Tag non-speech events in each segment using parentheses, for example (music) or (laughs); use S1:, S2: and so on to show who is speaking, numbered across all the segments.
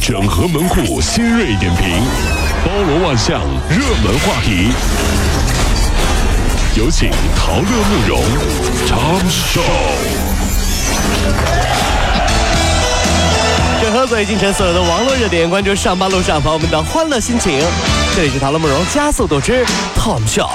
S1: 整合门户新锐点评，包罗万象，热门话题。有请陶乐慕容长寿。
S2: 整合最近城所有的网络热点，关注上班路上朋友们的欢乐心情。这里是唐乐慕容加速度之 Tom Show。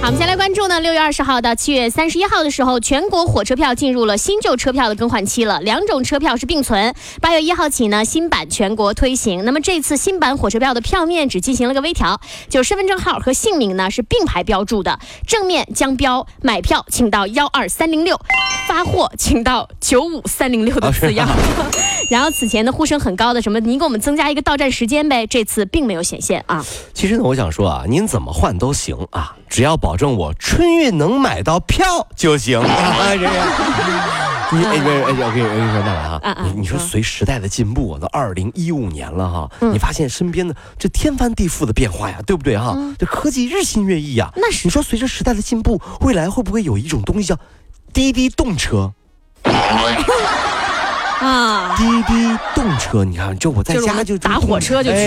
S3: 好，我们先来关注呢，六月二十号到七月三十一号的时候，全国火车票进入了新旧车票的更换期了，两种车票是并存。八月一号起呢，新版全国推行。那么这次新版火车票的票面只进行了个微调，就身份证号和姓名呢是并排标注的，正面将标“买票请到幺二三零六”，发货请到九五三零六的
S2: (laughs)
S3: 字样。然后此前呢呼声很高的什么，您给我们增加一个到站时间呗，这次并没有显现啊。
S2: 其实呢，我想说啊，您怎么换都行啊，只要保证我春运能买到票就行。啊，这个。你哎不是哎，我跟你我跟你说，娜娜
S3: 啊
S2: 哈
S3: 啊，
S2: 你你说随时代的进步啊，都二零一五年了哈，你发现身边的这天翻地覆的变化呀，对不对哈？这科技日新月异呀。
S3: 那是
S2: 你说随着时代的进步，未来会不会有一种东西叫滴滴动车？
S3: 啊。
S2: 滴滴动车，你看，这我在
S3: 就是我
S2: 家
S3: 们
S2: 就
S3: 打火车就去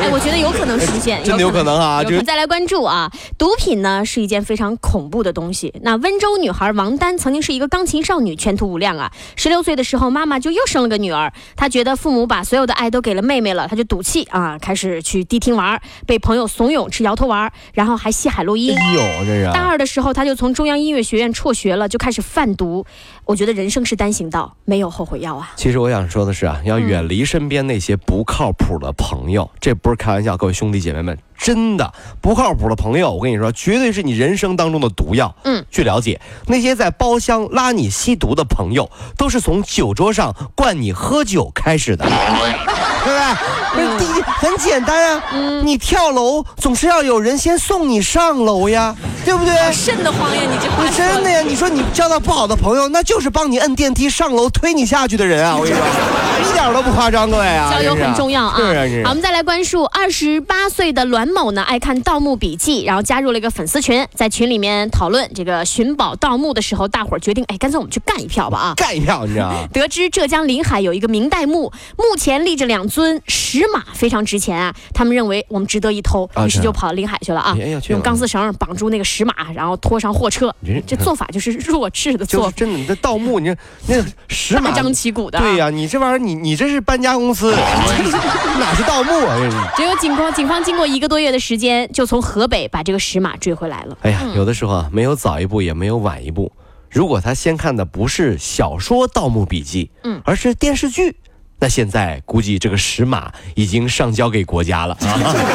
S3: 哎，我觉得有可能实现，
S2: 真的有可能啊
S3: 有可
S2: 这
S3: 能再来关注啊，毒品呢是一件非常恐怖的东西。那温州女孩王丹曾经是一个钢琴少女，前途无量啊。十六岁的时候，妈妈就又生了个女儿，她觉得父母把所有的爱都给了妹妹了，她就赌气啊，开始去迪厅玩儿，被朋友怂恿吃摇头丸儿，然后还吸海洛因。
S2: 哎呦，这是
S3: 大二的时候，她就从中央音乐学院辍学了，就开始贩毒。我觉得人生是单行道，没有后悔药啊。
S2: 其实我想说的是啊，要远离身边那些不靠谱的朋友，这不是开玩笑，各位兄弟姐妹们，真的不靠谱的朋友，我跟你说，绝对是你人生当中的毒药。
S3: 嗯，
S2: 去了解那些在包厢拉你吸毒的朋友，都是从酒桌上灌你喝酒开始的，对不对？不是第一，很简单啊，你跳楼总是要有人先送你上楼呀，对不对？
S3: 瘆得慌呀！你这
S2: 我 (laughs) 真的呀，你说你交到不好的朋友，那就是帮你摁电梯上楼推你下去的人
S3: (laughs)
S2: 啊！我跟你说，一点都不夸张，各位啊，
S3: 交友很重要啊。
S2: 是啊是
S3: 好，我
S2: 啊。
S3: 们再来关注二十八岁的栾某呢，爱看《盗墓笔记》，然后加入了一个粉丝群，在群里面讨论这个寻宝盗墓的时候，大伙儿决定，哎，干脆我们去干一票吧啊！
S2: 干一票，你知道吗？
S3: 得知浙江临海有一个明代墓，墓前立着两尊石马，非常值钱啊。他们认为我们值得一偷，
S2: 啊
S3: 于是
S2: 这样
S3: 就跑临海去了啊
S2: 哎呀，去了
S3: 用钢丝绳绑住那个石马，然后拖上货车
S2: 你 (laughs) 这。
S3: 这做法就是弱智的
S2: 就
S3: 做
S2: 是
S3: 法，
S2: 真的，你这盗墓，你那石
S3: 大
S2: 马，
S3: 张旗鼓的啊。
S2: 对呀，你这玩意儿，你你这是搬家公
S3: (laughs)
S2: 司，哪是盗墓啊？这是。
S3: 只有警方，警方经过一个多月的时间，就从河北把这个石马追回来了。
S2: 哎呀，有的时候啊，没有早一步，也没有晚一步。如果他先看的不是小说《盗墓笔记》，
S3: 嗯，
S2: 而是电视剧，那现在估计这个石马已经上交给国家了。
S3: (laughs)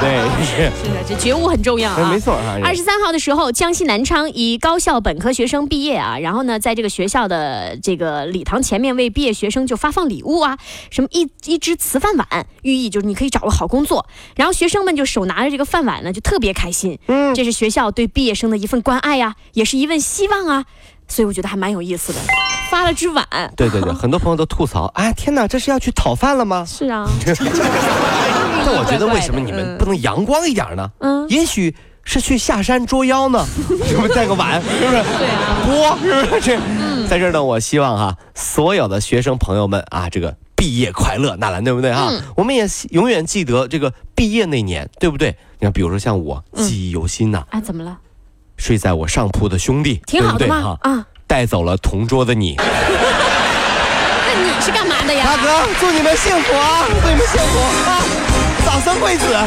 S2: 对，是，
S3: 是的，这觉悟很重要
S2: 哎
S3: 啊
S2: 没。错啊。
S3: 二
S2: 这
S3: 十三号的时候，江西南昌一高校本科学生毕业啊，然后呢，在这个学校的这个礼堂前面为毕业学生就发放礼物啊，什么一一只瓷饭碗，寓意就是你可以找个好工作。然后学生们就手拿着这个饭碗呢，就特别开心。嗯，这是学校对毕业生的一份关爱呀、也是一份希望啊。所以我觉得还蛮有意思的，发了只碗。
S2: 对对对，很多朋友都吐槽，哎，天哪，这是要去讨饭了
S3: (laughs)
S2: 吗？ (laughs)
S3: 是啊，
S2: 但我觉得为什么你
S3: 嗯
S2: 们不能阳光一点呢？
S3: 嗯
S2: 也许是去下山捉妖
S3: (laughs)
S2: 呢，是不是带个碗，是不是？
S3: 对啊。嗯
S2: 锅，是不是？这，在这儿呢，我希望哈、所有的学生朋友们啊，这个毕业快乐，纳兰对不对哈、
S3: 嗯
S2: 我们也永远记得这个毕业那年，对不对？你看，比如说像我
S3: 嗯
S2: 记忆犹新呐、
S3: 啊，怎么了？
S2: 睡在我上铺的兄弟，
S3: 挺好的
S2: 对不对
S3: 嘛哎
S2: 哈？
S3: 啊，
S2: 带走了同桌的你，
S3: 那你是干嘛的呀？
S2: 大哥，祝你们幸福啊！祝你们幸福啊！早生贵子。啊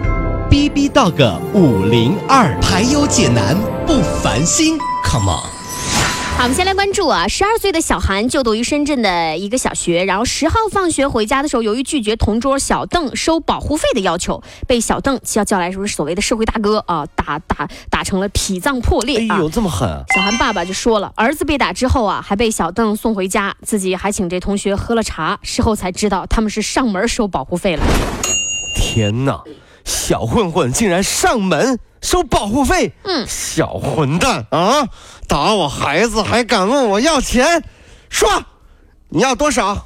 S4: B B Dog 五零二，排忧解难不烦心，Come on。
S3: 好，我们先来关注啊，十二岁的小韩就读于深圳的一个小学，然后十号放学回家的时候，由于拒绝同桌小邓收保护费的要求，被小邓叫叫来说是所谓的社会大哥啊，打打打成了脾脏破裂啊
S2: 哎。呦，这么狠啊！
S3: 小韩爸爸就说了，儿子被打之后啊，还被小邓送回家，自己还请这同学喝了茶，事后才知道他们是上门收保护费了。
S2: 天哪，小混混竟然上门收保护费！
S3: 嗯
S2: 小混蛋啊，打我孩子还敢问我要钱？说你要多
S3: (laughs)
S2: 少？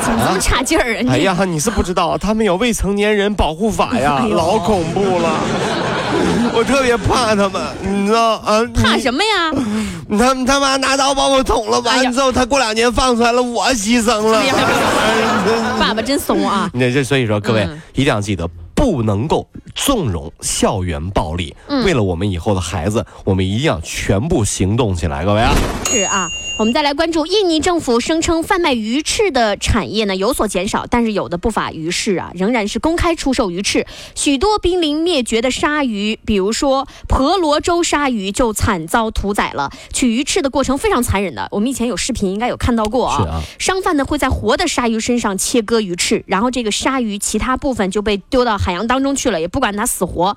S3: 怎么这么差劲儿啊？你
S2: 哎呀，你是不知道，他们有未成年人保护法
S3: (laughs) 哎
S2: 呀，老恐怖了。我特别怕他们，你知道啊？
S3: 怕什么呀？
S2: 么？他们他妈拿刀把我捅了，完
S3: 哎呀
S2: 了之后他过两年放出来了，我牺牲了。
S3: 哎呀爸爸真怂啊！
S2: (laughs) 那这所以说，各位、
S3: 嗯
S2: 一定要记得，不能够纵容校园暴力。
S3: 嗯
S2: 为了我们以后的孩子，我们一定要全部行动起来，各位啊！
S3: 是啊，我们再来关注印尼政府声称贩卖鱼翅的产业呢有所减少，但是有的不法鱼市啊仍然是公开出售鱼翅，许多濒临灭绝的鲨鱼，比如说婆罗洲鲨鱼就惨遭屠宰了。取鱼翅的过程非常残忍的，我们以前有视频应该有看到过
S2: 是啊
S3: 商贩呢会在活的鲨鱼身上切割鱼翅，然后这个鲨鱼其他部分就被丢到海洋当中去了，也不管它死活。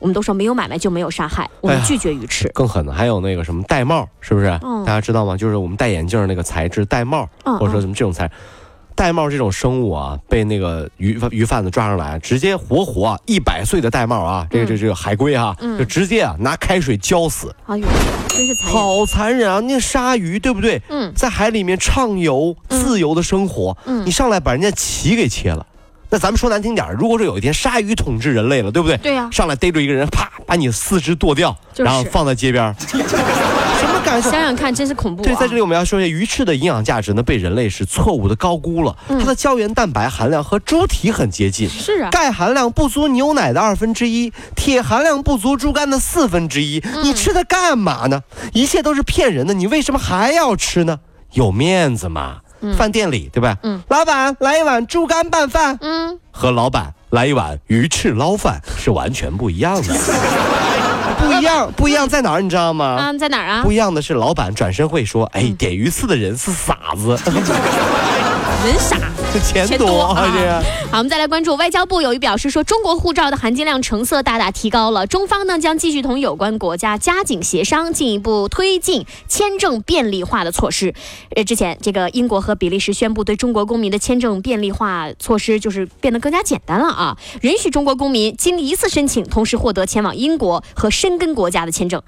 S3: 我们都说没有买卖就没有杀害，我
S2: 哎
S3: 们
S2: 呀
S3: 拒绝鱼翅。
S2: 更狠的还有那个什么戴帽，是不是？
S3: 嗯
S2: 大家知道吗？就是我们戴眼镜那个材质戴帽，
S3: 嗯
S2: 或者说什么这种材。戴帽这种生物啊，被那个鱼鱼贩子抓上来，直接活活一百岁的戴帽啊，这个这个这
S3: 嗯
S2: 个海龟啊，就直接啊拿开水浇死，
S3: 哎呦，真是残忍。
S2: 好残忍啊！那鲨鱼对不对？
S3: 嗯
S2: 在海里面畅游，自由的生活。
S3: 嗯
S2: 你上来把人家鳍给切了，那咱们说难听点儿，如果说有一天鲨鱼统治人类了，对不对？
S3: 对呀
S2: 上来逮住一个人，啪，把你四肢剁掉，
S3: 啊就是
S2: 然后放在街边
S3: (laughs)
S2: 儿，什么感受？
S3: 想想看，真是恐怖、啊。
S2: 对，在这里我们要说一下，鱼翅的营养价值呢，被人类是错误的高估了。它的胶原蛋白含量和猪蹄很接近，
S3: 嗯是啊，
S2: 钙含量不足牛奶的二分之一，铁含量不足猪肝的四分之一。
S3: 嗯
S2: 你吃它干嘛呢？一切都是骗人的，你为什么还要吃呢？有面子嘛。饭店里对吧？
S3: 嗯
S2: 老板来一碗猪肝拌饭，
S3: 嗯，
S2: 和老板来一碗鱼翅捞饭是完全不一样
S3: (laughs)
S2: 的。不一样，不一样在哪儿？你知道吗？
S3: 啊，在哪儿啊嗯
S2: 不？一样的是，老板转身会说：“哎，点鱼刺的人是傻子，
S3: (laughs) 人傻。
S2: 钱
S3: 钱
S2: 多
S3: 多
S2: 啊！”这样
S3: 啊。好，我们再来关注外交部有一表示说，中国护照的含金量成色大大提高了，中方呢将继续同有关国家加紧协商，进一步推进签证便利化的措施。呃，之前这个英国和比利时宣布对中国公民的签证便利化措施，就是变得更加简单了啊，允许中国公民经一次申请，同时获得前往英国和申根国家的签证，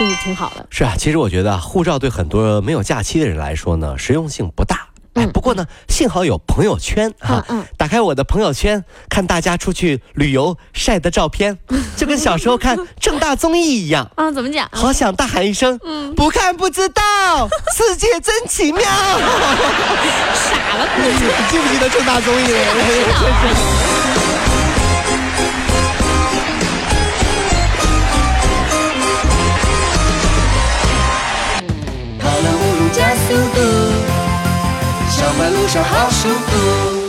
S3: 这是挺好的。
S2: 是啊，其实我觉得啊，护照对很多没有假期的人来说呢，实用性不大。哎，不过呢，幸好有朋友圈哈、
S3: 嗯嗯
S2: 打开我的朋友圈，看大家出去旅游晒的照
S3: (laughs)
S2: 片，就跟小时候看正大综艺一样，
S3: 啊，怎么讲？
S2: 好想大喊一声：“
S3: 嗯
S2: 不看不知道，世界真奇妙！”
S3: (laughs) 傻了不？
S2: 你记不记得正大综艺？
S3: (laughs)
S5: 跑了五路加速度，上班路上好舒服。